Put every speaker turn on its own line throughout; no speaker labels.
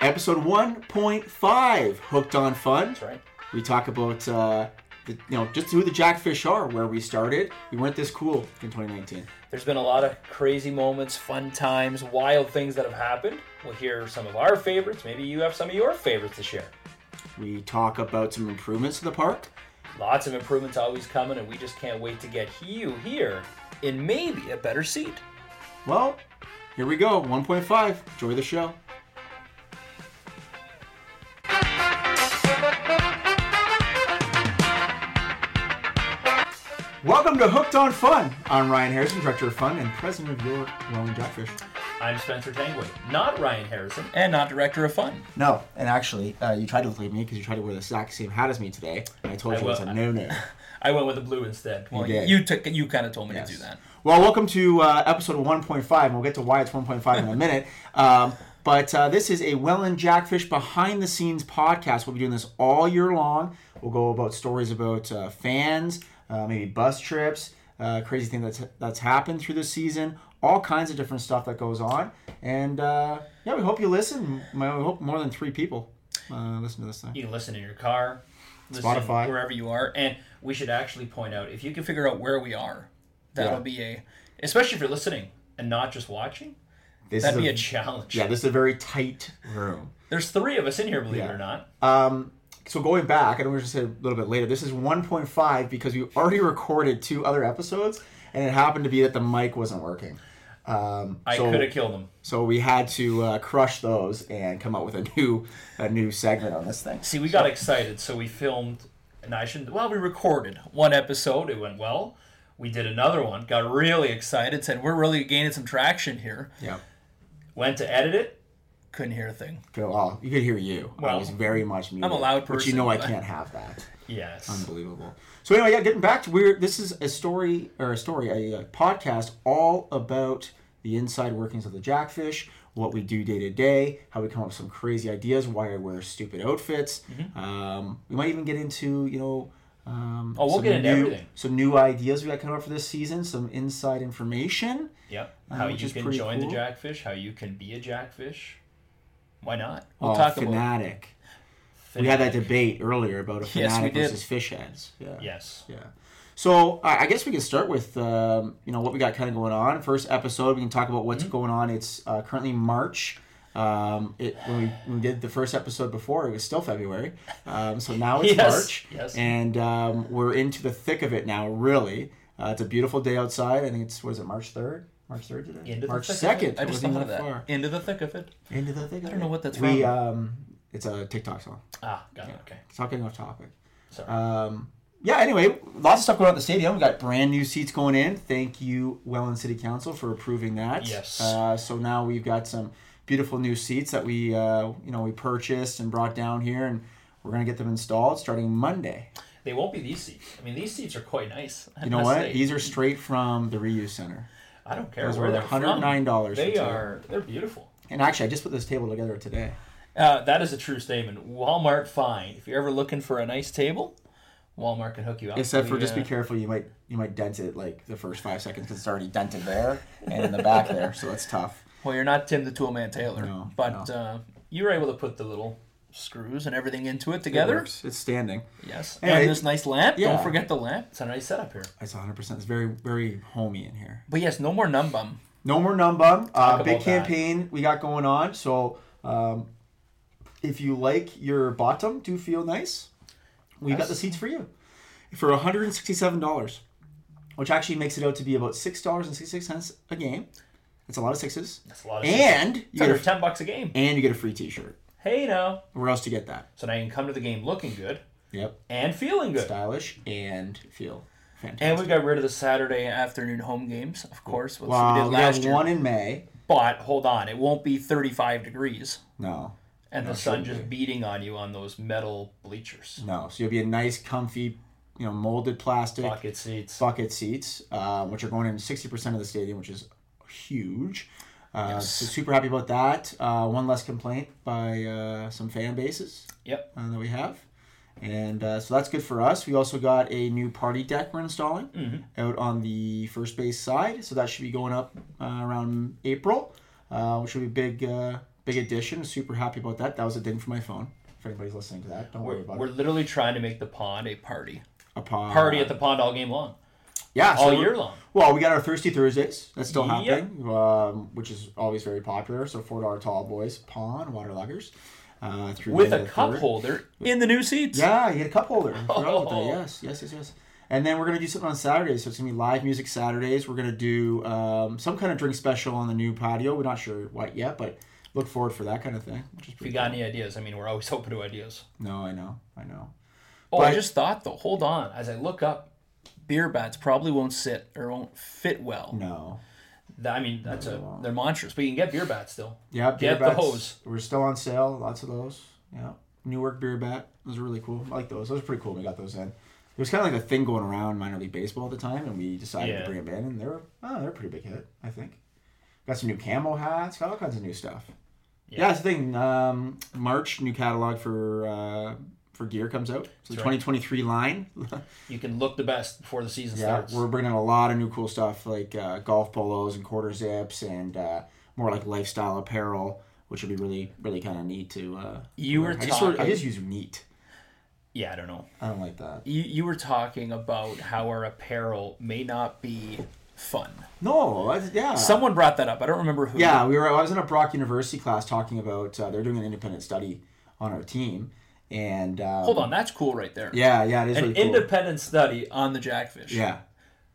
episode 1.5, Hooked on Fun.
That's right.
We talk about, uh, the, you know, just who the Jackfish are, where we started. We weren't this cool in 2019.
There's been a lot of crazy moments, fun times, wild things that have happened. We'll hear some of our favorites. Maybe you have some of your favorites to share.
We talk about some improvements to the park.
Lots of improvements always coming, and we just can't wait to get you here in maybe a better seat.
Well, here we go, 1.5. Enjoy the show. Welcome to Hooked on Fun. I'm Ryan Harrison, Director of Fun and President of your Rolling Jackfish.
I'm Spencer Tangway, not Ryan Harrison, and not Director of Fun.
No, and actually, uh, you tried to leave me because you tried to wear the exact same hat as me today, and I told
I
you it's
will-
a no-no.
I went with the blue instead. Well,
You
you,
did.
took you kind of told me to do
Yes.
that.
Well, welcome to uh, episode 1.5, and we'll get to why it's 1.5 in a minute. Um, but uh, this is a Welland Jackfish behind the scenes podcast. We'll be doing this all year long. We'll go about stories about uh, fans, uh, maybe bus trips, uh, crazy thing that's that's happened through the season, all kinds of different stuff that goes on. And uh, yeah, we hope you listen. We hope more than three people uh, listen to this thing.
You can listen in your car, listen
Spotify.
wherever you are, and we should actually point out if you can figure out where we are, that'll
Yeah.
be a especially if you're listening and not just watching.
This
That'd
is
be a challenge.
yeah, this is a very tight room.
There's three of us in here, believe
Yeah.
it or not.
Um, so going back, I know we're just a little bit later. This is 1.5 because we already recorded two other episodes, and it happened to be that the mic wasn't working. Um,
I
so,
could have killed him.
so we had to uh, crush those and come up with a new a new segment on this thing.
See, we got excited, so we filmed, and I shouldn't. Well, we recorded one episode. It went well. We did another one. Got really excited. Said we're really gaining some traction here.
Yeah.
Went to edit it. Couldn't hear a thing.
Good. Well, you could hear you. I
Well,
was very much muted.
I'm a loud
but you
person,
know I
but-
can't have that.
Yes.
Um, Unbelievable. So anyway, yeah, getting back to where this is a story or a story, a, uh podcast all about the inside workings of the jackfish, what we do day to day, how we come up with some crazy ideas, why I wear stupid outfits.
Mm-hmm.
Um, we might even get into you know. Um,
Oh, we'll
some
get into
new,
everything.
Some new ideas we got coming up for this season. Some inside information.
Yep.
Uh,
How
which
you
is
can
pretty
join
cool.
the jackfish, how you can be a jackfish. Why not? We'll
Oh,
talk about
fanatic. We had that
fanatic.
debate earlier about a
we
fanatic
did.
versus fish heads. Yeah.
Yes.
Yeah. So I I guess we can start with um, you know what we got kind of going on. First episode, we can talk about
Mm-hmm.
what's going on. It's uh, currently March. Um, it when we, when we did the first episode before, it was still February. Um, so now it's
Yes,
March,
yes.
and um, we're into the thick of it now. Really, uh, it's a beautiful day outside. I think it's what is it March third. March third today.
Into the
March
thick of
second.
it. I just thought of that. Into the thick of it.
Into the thick. I
don't know what that's
we, Um, it's a TikTok song.
Ah, got it. Okay.
It's not getting off topic.
Sorry.
Um, yeah, anyway, lots of stuff going on at the stadium. We got brand new seats going in. Thank you, Welland City Council, for approving that.
Yes.
Uh, so now we've got some beautiful new seats that we, uh, you know, we purchased and brought down here, and we're gonna get them installed starting Monday.
They won't be these seats. I mean, these seats are quite nice. I
You know
must
what?
say.
These are straight from the reuse center,
I don't care
those
where
were
they're
$109
$109. They
for two.
are. They're beautiful.
and actually, I just put this table together today.
Uh, that is a true statement. Walmart, fine. If you're ever looking for a nice table, Walmart can hook you up.
Except for
We,
just
uh,
be careful, you might you might dent it like the first five seconds because it's already dented there and in the back there, so that's tough.
uh, Well, you're not Tim the Tool Man Taylor,
No,
but Uh, you were able to put the little screws and everything into it together.
Works. It's standing.
Yes.
Yeah,
and
it-
this nice lamp.
yeah.
Don't forget the lamp. It's a nice setup here.
It's 100%. It's very, very homey in here.
But yes, no more numbum.
No more numbum. Uh,
about
big
that.
campaign we got going on. So um, if you like your bottom, do feel nice. We got the seats for you for $167, which actually makes it out to be about $6.66 a game. That's a lot of sixes.
That's a lot of
And you,
it's
get
under
a,
ten bucks a game.
and you get a free t shirt.
Hey now.
Where else to get that?
So now you can come to the game looking good
Yep.
and feeling good.
Stylish and feel fantastic.
And we got rid of the Saturday afternoon home games, of course, which we
Wow,
did
we have
last year.
one in May.
But hold on, it won't be 35 degrees
No.
and the sun just beating on you on those metal bleachers.
No, so you'll be a nice, comfy, you know, molded plastic bucket,
Bucket seats.
seats, uh, which are going in sixty percent of the stadium, which is huge. Uh, So super happy about that. Uh, one less complaint by uh, some fan bases
Yep.
uh, that we have, and uh, so that's good for us. We also got a new party deck we're installing
Mm-hmm.
out on the first base side, so that should be going up uh, around April, uh, which will be a big, uh, big addition. Super happy about that. That was a ding for my phone. If anybody's listening to that, don't worry
We're,
about
we're
it. Uh,
literally trying to make the pond a party.
A pod.
Party at the pond all game long,
yeah, so
all
we're-
year long.
Well, we got our Thirsty Thursdays. That's still
Yep.
happening, um, which is always very popular. So four dollar tall boys, pawn, water luggers, uh, through
With
May
a
the
cup
3rd.
holder in the new seats.
Yeah, you get a cup holder. I forgot about that.
Oh.
Yes, yes, yes, yes. And then we're gonna do something on Saturdays. So it's gonna be live music Saturdays. We're gonna do um, some kind of drink special on the new patio. We're not sure what yet, but look forward for that kind of thing. Which is
If you
pretty
got any ideas, I mean, we're always open to ideas.
cool. No, I know, I know.
Oh, I
But-
just thought though. Hold on, as I look up, beer bats probably won't sit or won't fit well.
No.
Th- I mean, that's a they're monstrous, but you can get beer bats still.
Yeah,
Get the hose.
We're still on sale. Lots of those. Yeah. Newark beer bat. Those are really cool. I like those. Those are pretty cool. when We got those in. It was kind of like a thing going around minor league baseball at the time, and we decided
Yeah.
to bring them in, and they were oh, they're a pretty big hit. I think. Got some new camo hats. Got all kinds of new stuff. Yeah,
Yeah.
that's the thing. Um, March new catalog for uh, for gear comes out. So the
right.
2023 line.
You can look the best before the season
Yeah,
starts.
we're bringing a lot of new cool stuff like uh, golf polos and quarter zips and uh, more like lifestyle apparel, which would be really, really kind of neat to. Uh,
You
wear.
were
I just, sort of- I
talking-
just use neat.
Yeah, I don't know.
I don't like that.
You you were talking about how our apparel may not be fun.
No, I- yeah.
Someone brought that up. I don't remember who.
Uh, Yeah, we were. I was in a Brock University class talking about uh, they're doing an independent study on our team, and um,
Hold on, that's cool right there.
Yeah, yeah, it is
An
really cool.
independent study on the jackfish.
yeah,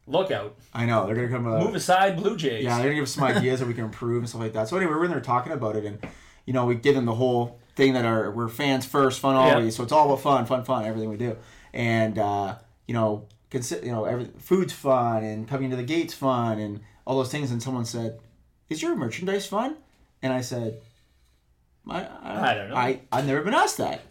Look out.
I know they're gonna come. Uh,
Move aside, Blue Jays.
Yeah, they're gonna give us some ideas that we can improve and stuff like that. So anyway, we're in there talking about it, and you know, we give them the whole thing that our we're fans first, fun always. So it's all about fun, fun, fun, everything we do, and uh, you know, consider you know, every, food's fun, and coming to the gates fun, and all those things. And someone said, "Is your merchandise fun?" And I said, "I, I,
I don't know.
I I've never been asked that.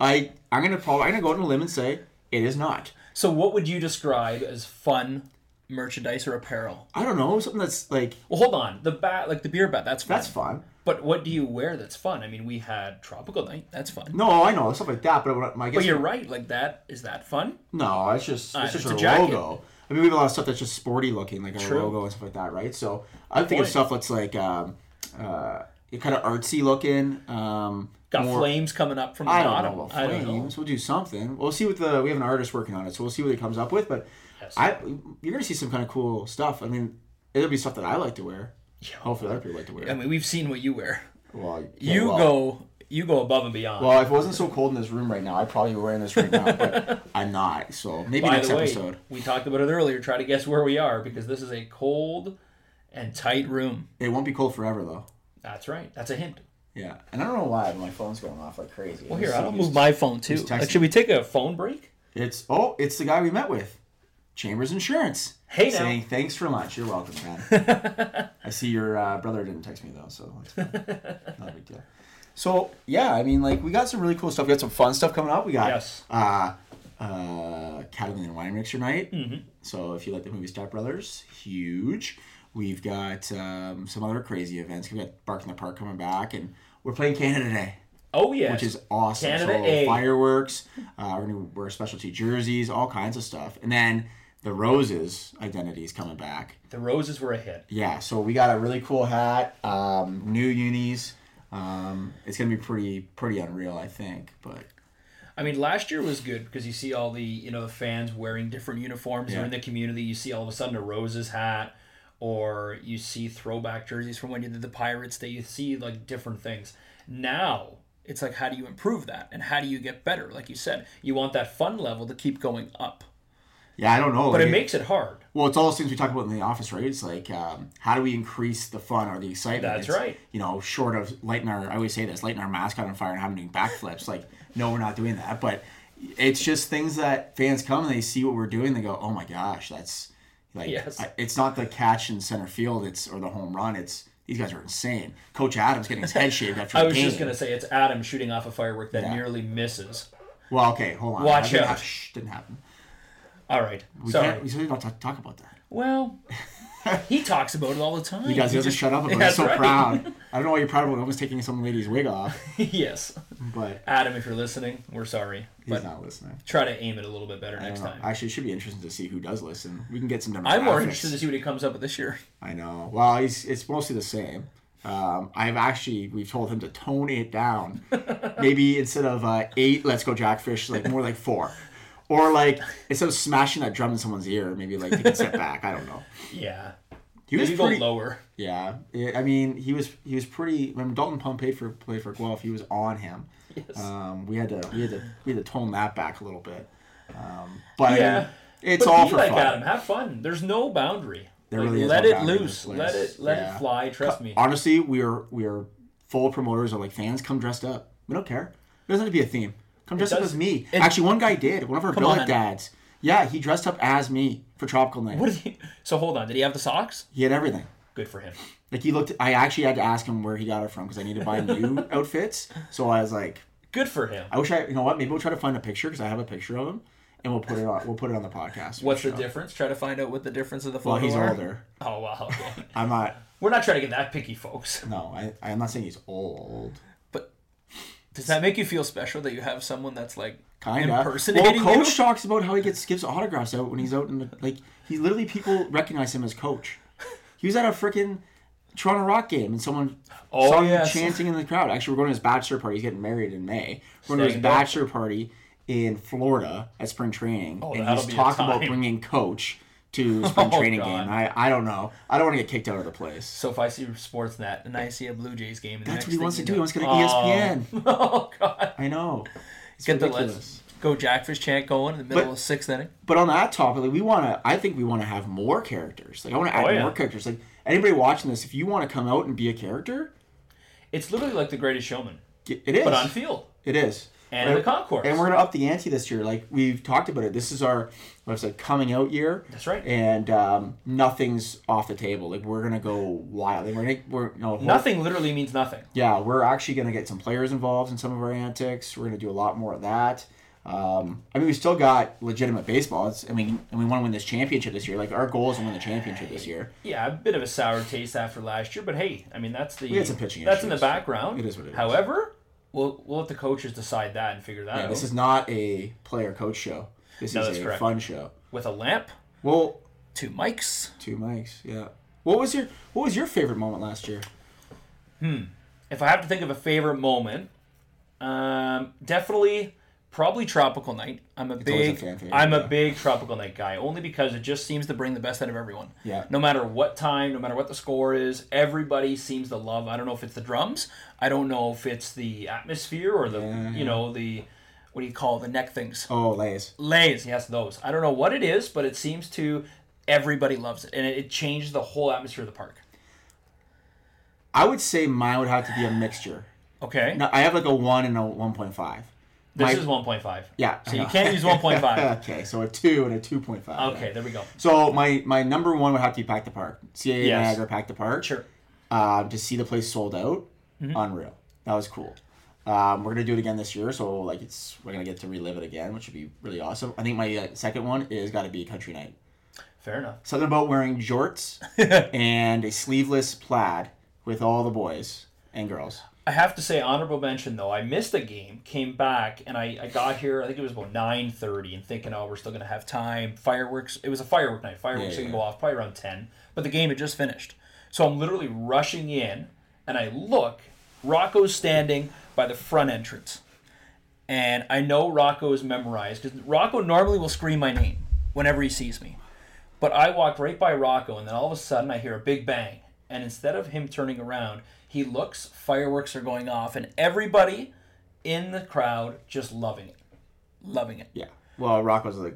I I'm gonna probably I'm gonna go out on a limb and say it is not."
So what would you describe as fun merchandise or apparel?
I don't know something that's like
Well, hold on. The bat, like the beer bat, that's fun.
that's fun.
But what do you wear that's fun? I mean, we had tropical night. That's fun.
No, I know stuff like that, but what I guess
But you're right. Like that is that fun?
No, it's just
Uh,
it's just
it's a
our
jacket.
logo. I mean, we have a lot of stuff that's just sporty looking, like our
True.
logo and stuff like that, right? So I think of
point.
stuff that's like um, uh, kind of artsy looking. Um,
Got
more-
flames coming up from the
I don't
bottom.
know about
I don't know.
flames. We'll do something. We'll see what the we have an artist working on it, so we'll see what he comes up with. But
Yes.
I you're gonna see some kind of cool stuff. I mean, it'll be stuff that I like to wear.
Yeah.
Hopefully, other people like to wear.
I mean, we've seen what you wear.
well, okay,
You
well-
go. You go above and beyond.
Oh, Well, if it wasn't so cold in this room right now, I'd probably be wearing this right now. But I'm not, so maybe
By
next
the way,
episode.
we talked about it earlier. Try to guess where we are because this is a cold and tight room.
It won't be cold forever though.
That's right. That's a hint.
Yeah, and I don't know why but my phone's going off like crazy.
Well, here,
It's-
I don't move my phone too.
texting.
Like, should we take a phone break?
It's oh, it's the guy we met with, Chambers Insurance.
Hey, now.
saying thanks for lunch. You're welcome, man. I see your uh, brother didn't text me though, so that's fine. not a big deal. So yeah, I mean, like we got some really cool stuff. We got some fun stuff coming up. We got
Yes.
uh, uh, Catalan Wine Mixer Night.
Mm-hmm.
So if you like the movie Step Brothers, huge. We've got um, some other crazy events. We've got Bark in the Park coming back, and we're playing Canada Day
Oh yeah.
which is awesome.
Canada
so
A.
fireworks. Uh, we're gonna wear specialty jerseys, all kinds of stuff, and then the roses identity is coming back.
the roses were a hit.
Yeah, so we got a really cool hat, um, new unis. Um, it's gonna be pretty pretty unreal, I think. But
I mean, last year was good because you see all the you know the fans wearing different uniforms. They're
Yeah.
in the community. You see all of a sudden a roses hat, or you see throwback jerseys from when you did the Pirates. That you see like different things. Now it's like how do you improve that and how do you get better? Like you said, you want that fun level to keep going up,
yeah, I don't know.
but
like,
it makes it hard.
well, it's all those things we talk about in the office, right? It's like um, how do we increase the fun or the excitement?
That's
It's,
right.
You know, short of lighting our I always say this, lighting our mascot on fire and having doing backflips. Like, no, we're not doing that. But it's just things that fans come and they see what we're doing. They go, oh my gosh, that's like
Yes.
I- it's not the catch in center field. It's or the home run. It's these guys are insane. Coach Adams getting his head shaved after
I
the
was
game.
just gonna say it's Adam shooting off a firework that nearly misses.
Well, okay, hold on.
Watch
I didn't
out.
have- shh, didn't happen.
All right,
We
sorry.
can't. We certainly don't talk, talk about that.
Well, he talks about it all the time.
You guys doesn't shut up about it. I'm
That's
so
right.
proud. I don't know why you're proud about almost taking some lady's wig off,
yes.
but
Adam, if you're listening, we're sorry.
He's
But
not listening.
try to aim it a little bit better
I
next
don't know.
time.
Actually, it should be interesting to see who does listen. We can get some demographics.
I'm more interested to see what he comes up with this year.
I know. Well, he's it's mostly the same. Um, I've actually we've told him to tone it down. Maybe instead of uh, eight, let's go jackfish, like more like four, or like instead of smashing that drum in someone's ear, maybe like take a step back. I don't know.
Yeah.
He was
Maybe
pretty,
go lower.
yeah. Yeah, I mean, he was he was pretty. When Dalton Pump played for played for Guelph, he was on him.
Yes.
Um, we had to we had to we had to tone that back a little bit. Um, but
Yeah.
it's
But
all
be
for
like
fun.
Adam. Have fun. There's no boundary.
There
Like,
really is
let
no
it
boundary in
loose.
this
Let
place.
it let
Yeah.
it fly. Trust me.
Honestly, we are we are full promoters of like fans come dressed up. We don't care. It doesn't have to be a theme. Come dressed up
does-
as me.
it-
Actually, one guy did. One of our billet
on.
dads. Yeah, he dressed up as me for Tropical Night.
What did he? So hold on. Did he have the socks?
He had everything.
Good for him.
Like he looked. I actually had to ask him where he got it from because I need to buy new outfits. So I was like,
Good for him.
I wish I. You know what? Maybe we'll try to find a picture because I have a picture of him, and we'll put it on. We'll put it on the podcast.
What's the
Show.
difference? Try to find out what the difference of the photo.
Well, he's
are.
older.
Oh wow. Okay.
I'm not.
We're not trying to get that picky, folks.
No, I. I'm not saying he's old.
But does that make you feel special that you have someone that's like
Kinda.
impersonating
well,
you?
coach talks about how he gets gives autographs out when he's out in the like. He literally people recognize him as coach. He was at a freaking Toronto Rock game and someone
Oh,
saw him
yes.
chanting in the crowd. Actually, we're going to his bachelor party. He's getting married in May. We're going to his
Staying there.
bachelor party in Florida at spring training, and
Oh, that'll
he's
be a
talking about
time. Oh,
bringing coach to spring training
God.
game. I I don't know. I don't want to get kicked out of the place.
So if I see Sportsnet and I see a Blue Jays game, the
That's
next
what he
thing
wants to
you
do.
know-
He wants to E get
Oh.
an ESPN.
Oh God!
I know. It's
Get the
ridiculous.
let's go Jackfish chant going in the middle
But-
of sixth inning.
But on that topic, like we want to, I think we want to have more characters. Like I want to add
Oh, yeah.
more characters. Like anybody watching this, if you want to come out and be a character,
It's literally like the Greatest Showman,
it is.
but on field
it is.
and in the concourse.
And we're gonna up the ante this year. Like we've talked about it. This is our what's it coming out year.
That's right.
And um, nothing's off the table. Like we're gonna go wild. Like, we're gonna, we're you know,
nothing literally means nothing.
yeah, we're actually going to get some players involved in some of our antics. We're going to do a lot more of that. Um, I mean, we still got legitimate baseball. It's, I mean, and we want to win this championship this year. Like our goal is to win the championship this year.
Yeah, a bit of a sour taste after last year, but hey, I mean that's the
We had some pitching
that's in the
issues.
background.
It is what it is.
However, we'll we'll let the coaches decide that and figure that
And
out
this is not a player coach show. This
No,
is
that's
a
correct.
fun show.
with a lamp,
Well,
two mics.
two mics. Yeah. What was your What was your favorite moment last year?
If I have to think of a favorite moment, um, definitely probably tropical night. I'm a
always a
big
fan favorite,
I'm
yeah.
a big tropical night guy only because it just seems to bring the best out of everyone.
Yeah.
No matter what time, no matter what the score is, everybody seems to love. I don't know if it's the drums. I don't know if it's the atmosphere or the you know the what do you call it, the neck things.
Oh, Lays.
Lays, yes, those. I don't know what it is, but it seems to everybody loves it, and it, it changed the whole atmosphere of the park.
I would say mine would have to be a mixture.
Okay,
No, I have like a one and a one point five.
this
my-
is one point five.
Yeah.
so you can't use one point five.
Okay, so a two and a two point five.
Okay, there we go.
So my my number one would have to be Pack the Park. CAA
Yes.
Niagara Pack the Park.
Sure. Mm-hmm.
Um, to see the place sold out, unreal. That was cool. Um, we're gonna do it again this year, so like it's we're gonna get to relive it again, which would be really awesome. I think my uh, second one is got to be Country Night.
Fair enough.
Something about wearing jorts and a sleeveless plaid with all the boys and girls.
I have to say honorable mention though. I missed a game, came back, and I, I got here. I think it was about nine thirty, and thinking, oh, we're still gonna have time. Fireworks. It was a firework night. Fireworks
Yeah,
can
yeah.
go off probably around ten, but the game had just finished. So I'm literally rushing in, and I look. Rocco's standing by the front entrance, and I know Rocco is memorized because Rocco normally will scream my name whenever he sees me. But I walked right by Rocco, and then all of a sudden I hear a big bang. And instead of him turning around, he looks, fireworks are going off, and everybody in the crowd just loving it. Loving it.
Yeah. Well, Rocco's a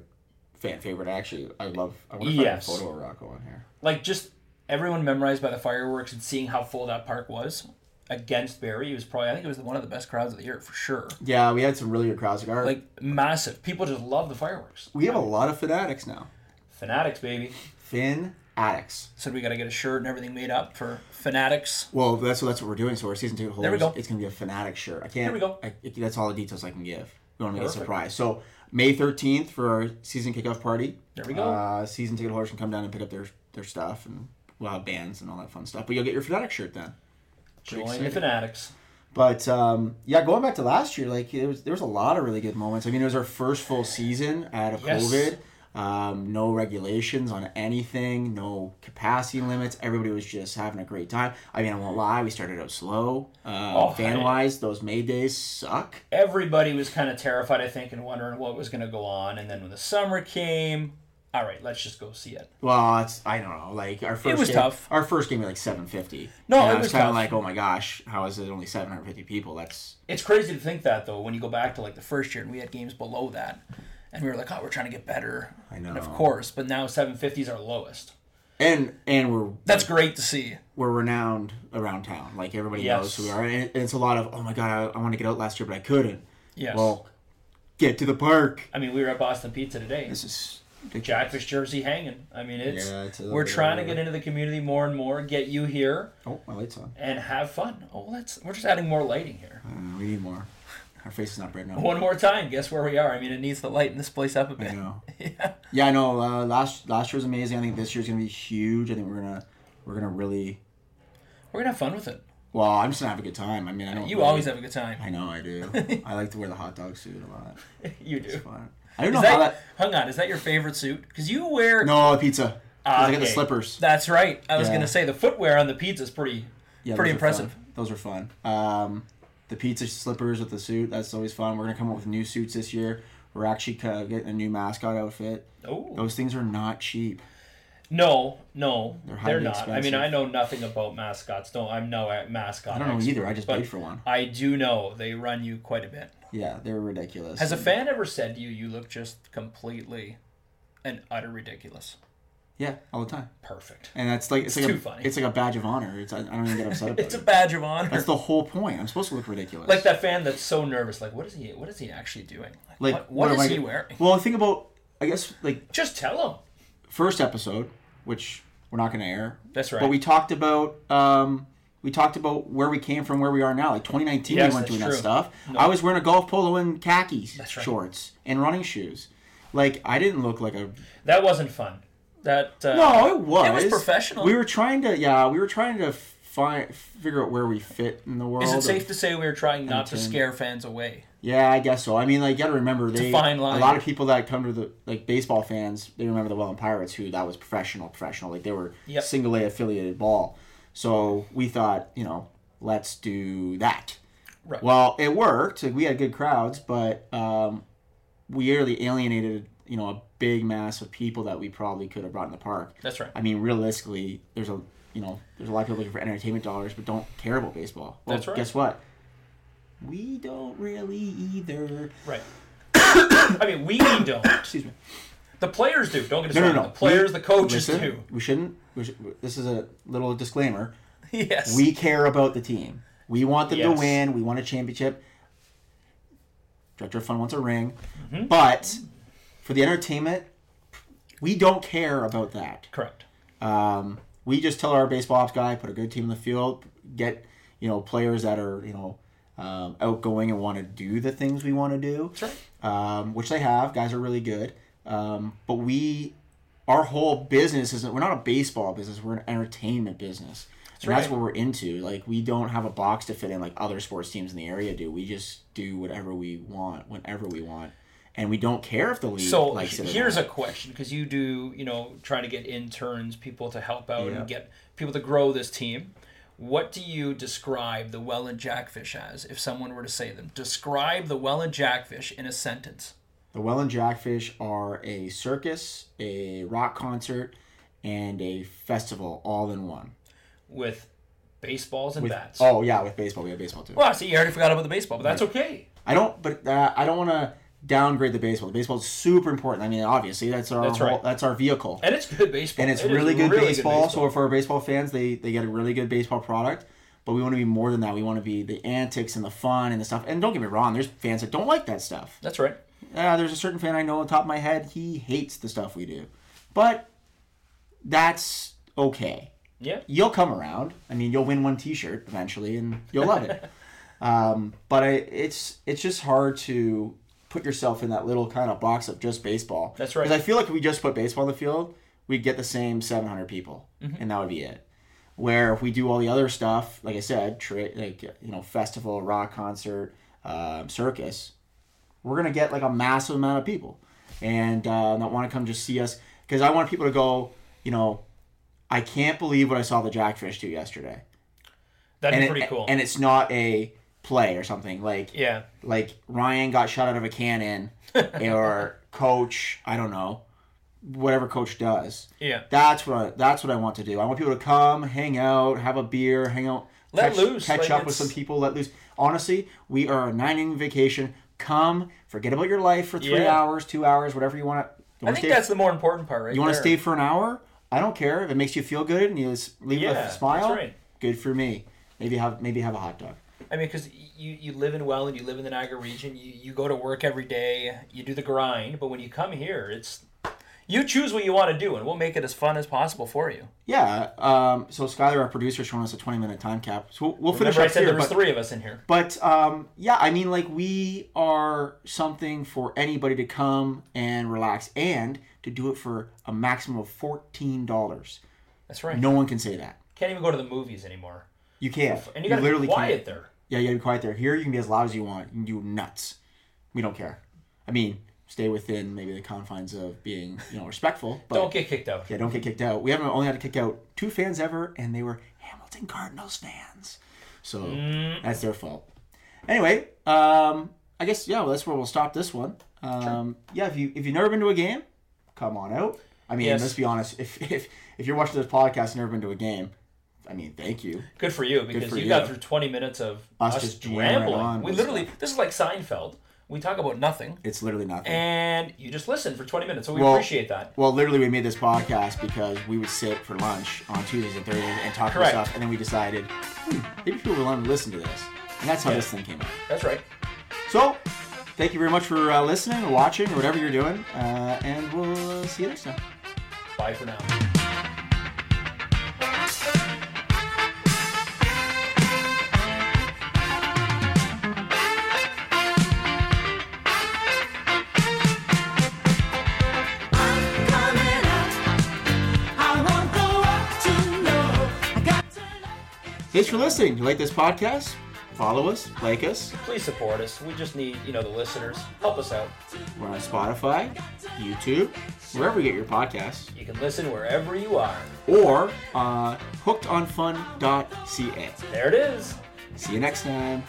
fan favorite. Actually, I love. I want to
Yes.
find a photo of Rocco on here.
Like, just everyone memorized by the fireworks and seeing how full that park was against Barry. It was probably, I think it was one of the best crowds of the year for sure.
Yeah, we had some really good crowds. Like, our,
Like, massive. People just love the fireworks.
we have a lot of fanatics now.
Fanatics, baby.
Fin addicts.
Said we got to get a shirt and everything made up for Fanatics.
Well, that's what that's what we're doing. So our season two holders,
we go.
it's gonna be a fanatic shirt. I can't. There
we go.
I, it- that's all the details I can give. We want to make a
Perfect.
surprise. So May thirteenth for our season kickoff party.
There we go.
Uh, season ticket holders can come down and pick up their their stuff, and we'll have bands and all that fun stuff. But you'll get your fanatic shirt then.
Join the
excited.
Fanatics.
But um, yeah, going back to last year, like there was there was a lot of really good moments. I mean, it was our first full season out of
Yes.
COVID. um, no regulations on anything, no capacity limits. Everybody was just having a great time. I mean, I won't lie, we started out slow. Uh,
Oh,
fan
hey.
wise, those May days suck.
Everybody was kind of terrified, I think, and wondering what was going to go on. And then when the summer came, all right, let's just go see it.
Well, it's I don't know. Like our first
was
game,
tough.
Our first game was like seven fifty.
No,
and
it
I was
was
kind of
tough.
like, oh my gosh, how is it only seven hundred fifty people? That's
It's crazy to think that though, when you go back to like the first year and we had games below that, and we were like, oh, we're trying to get better.
I know.
And of course, but now 750 is our lowest.
and and we're
That's great to see.
we're renowned around town. Like everybody
Yes.
knows who we are, and it- and it's a lot of oh my god, I, I want to get out last year, but I couldn't.
Yes.
Well, get to the park.
I mean, we were at Boston Pizza today.
This is ridiculous.
Jackfish jersey hanging. I mean, it's,
Yeah, it's a little
we're
bit
trying to
of-
get into the community more and more, get you here
Oh, my light's on.
and have fun. Oh, let's we're just adding more lighting here.
Uh, we need more. Our face is not bright enough.
One more time, guess where we are? I mean, it needs to lighten this place up a
I
bit.
know.
yeah.
Yeah, I know. Uh, last last year was amazing. I think this year's gonna be huge. I think we're gonna we're gonna really.
We're gonna have fun with it.
Well, I'm just gonna have a good time. I mean, I don't.
You
really-
always have a good time.
I know I do. I like to wear the hot dog suit a lot.
You do.
It's fun. I don't know
Is
how
that,
that.
hung on, is that your favorite suit? Because you wear.
No pizza. 'Cause I got the
Ah, Okay.
slippers.
That's right. I was
Yeah.
gonna say the footwear on the pizza is pretty,
Yeah,
pretty
those are fun.
impressive.
Those are fun. Um, the pizza slippers with the suit. That's always fun. We're gonna come up with new suits this year. We're actually uh, getting a new mascot outfit.
Oh
Those things are not cheap.
no, no, they're,
highly
not. I mean,
expensive.
I know nothing about mascots. No, I'm no a- mascot.
I don't know
expert,
either. I just
but
paid for one.
I do know they run you quite a bit.
Yeah, they were ridiculous.
Has a fan ever said to you, "You look just completely and utter ridiculous"?
yeah, all the time.
Perfect.
And that's like it's, like
too
a,
funny.
It's like a badge of honor. It's I, I don't even get upset about
It's a
it.
badge of honor.
That's the whole point. I'm supposed to look ridiculous.
like that fan that's so nervous. Like, what is he? What is he actually doing? Like,
Like
what, what
am
is
I
he
gonna-
wearing?
Well, think about I guess like
Just tell him.
first episode, which we're not going to air.
That's right.
But we talked about um, we talked about where we came from, where we are now. Like 2019,
Yes,
we went
that's
through that
true.
stuff. I was wearing a golf polo and khakis
right.
shorts and running shoes. Like I didn't look like a
That wasn't fun. That uh,
no, it was
It was professional.
We were trying to yeah, we were trying to find figure out where we fit in the world.
Is it
of-
safe to say we were trying not to
Entertainment.
scare fans away?
Yeah, I guess so. I mean, like you got to remember they
fine
a
line.
lot of people that come to the like baseball fans, they remember the Welland Pirates who that was professional, professional. Like they were
Yep.
single A affiliated ball. So we thought, you know, let's do that.
Right.
Well, it worked. Like, we had good crowds, but um, we really alienated, you know, a big mass of people that we probably could have brought in the park.
That's right.
I mean, realistically, there's a you know there's a lot of people looking for entertainment dollars, but don't care about baseball. Well,
That's right.
Guess what? We don't really either.
Right. I mean, we don't.
Excuse me.
The players do. Don't get us
No, no,
wrong.
no.
The players,
We-
the coaches
Listen,
do.
we shouldn't. We should, this is a little disclaimer.
Yes.
We care about the team. We want them
Yes.
to win. We want a championship. Director of Fun wants a ring,
Mm-hmm.
but for the entertainment, we don't care about that.
Correct.
Um, we just tell our baseball ops guy put a good team in the field, get you know players that are you know um, outgoing and want to do the things we want to do,
Sure.
um, which they have. Guys are really good, um, but we our whole business isn't we're not a baseball business we're an entertainment business and that's
right.
what we're into like we don't have a box to fit in like other sports teams in the area do we just do whatever we want whenever we want and we don't care if the league
So
likes it or
here's
not.
a question because you do, you know, trying to get interns, people to help out
Yeah.
and get people to grow this team. What do you describe the Welland Jackfish as if someone were to say them? Describe the Welland Jackfish in a sentence.
The Welland Jackfish are a circus, a rock concert, and a festival all in one.
with baseballs and bats.
Oh yeah, with baseball, we have baseball too.
Well, see, you already forgot about the baseball, but that's okay.
I don't, but uh, I don't want to downgrade the baseball. The baseball is super important. I mean, obviously that's our
That's
whole,
right.
that's our vehicle,
And it's good baseball.
and it's
It is
really, good, baseball, So for our baseball fans, they they get a really good baseball product. But we want to be more than that. We want to be the antics and the fun and the stuff. And don't get me wrong, there's fans that don't like that stuff.
that's right.
Uh, there's a certain fan I know on top of my head. He hates the stuff we do, but that's okay.
Yeah.
You'll come around. I mean, you'll win one T-shirt eventually, and you'll love it. um, but I, it's it's just hard to put yourself in that little kind of box of just baseball.
That's right.
'Cause I feel like if we just put baseball on the field, we'd get the same 700 people,
Mm-hmm.
and that would be it. Where if we do all the other stuff, like I said, tra- like you know, festival, rock concert, um, circus, we're gonna get like a massive amount of people. and uh, that want to come just see us because I want people to go. You know, I can't believe what I saw the jackfish do yesterday.
That'd
And
be
it-
pretty cool.
And it's not a play or something like
yeah.
like Ryan got shot out of a cannon or coach, I don't know, whatever coach does.
Yeah.
That's what I, that's what I want to do. I want people to come, hang out, have a beer, hang out,
Let
catch,
loose,
catch
like,
up with
it's-
some people, let loose. Honestly, we are a nine inning vacation. Come, forget about your life for three
Yeah.
hours, two hours, whatever you want to. You
I
want
think
to stay,
that's the more important part, right?
you want to
there.
stay for an hour? I don't care if it makes you feel good and you just leave
Yeah,
with a
that's
smile.
right.
Good for me. Maybe have maybe have a hot dog.
I mean, because you, you live in Welland, you live in the Niagara region, you, you go to work every day, you do the grind, but when you come here, it's you choose what you want to do, and we'll make it as fun as possible for you.
Yeah. Um, so Skylar, our producer, showing us a 20 minute time cap. So we'll, we'll finish
Remember, I
up
said
here.
there was
But,
three of us in here.
but um, yeah, I mean, like we are something for anybody to come and relax and to do it for a maximum of fourteen dollars.
That's right.
No one can say that.
Can't even go to the movies anymore,
You can't.
and you gotta
literally
be quiet
can't.
there.
Yeah, you gotta be quiet there. Here, you can be as loud as you want. You can do nuts. We don't care. I mean, stay within maybe the confines of being, you know, respectful. But
Don't get kicked out.
Yeah, don't get kicked out. We haven't only had to kick out two fans ever, and they were Hamilton Cardinals fans. So
Mm.
that's their fault. Anyway, um, I guess yeah, well, that's where we'll stop this one. Um, Yeah, if you if you've never been to a game, come on out. I mean,
Yes.
let's be honest. If if if you're watching this podcast and never been to a game, I mean, thank you.
Good for you because
for
you,
you.
got through 20 minutes of
Us
us,
just yammering on
rambling. We
with
literally, this is like Seinfeld. We talk about nothing,
It's literally nothing.
and you just listen for 20 minutes. So we
Well-
appreciate that.
Well, literally, we made this podcast because we would sit for lunch on Tuesdays and Thursdays and talk
Correct.
about stuff, and then we decided hmm, maybe people would want to listen to this, and that's how
Yeah.
this thing came out.
That's right.
So, thank you very much for uh, listening or watching or whatever you're doing, uh, and we'll see you next time.
Bye for now.
I'm coming out. I want the world to know. I got to love it.
Thanks for listening. You like this podcast? Follow us, like us.
please support us. We just need, you know, the listeners. Help us out.
We're on Spotify, YouTube, wherever you get your podcasts,
You can listen wherever you are.
or uh, hookedonfun.ca.
There it is.
See you next time.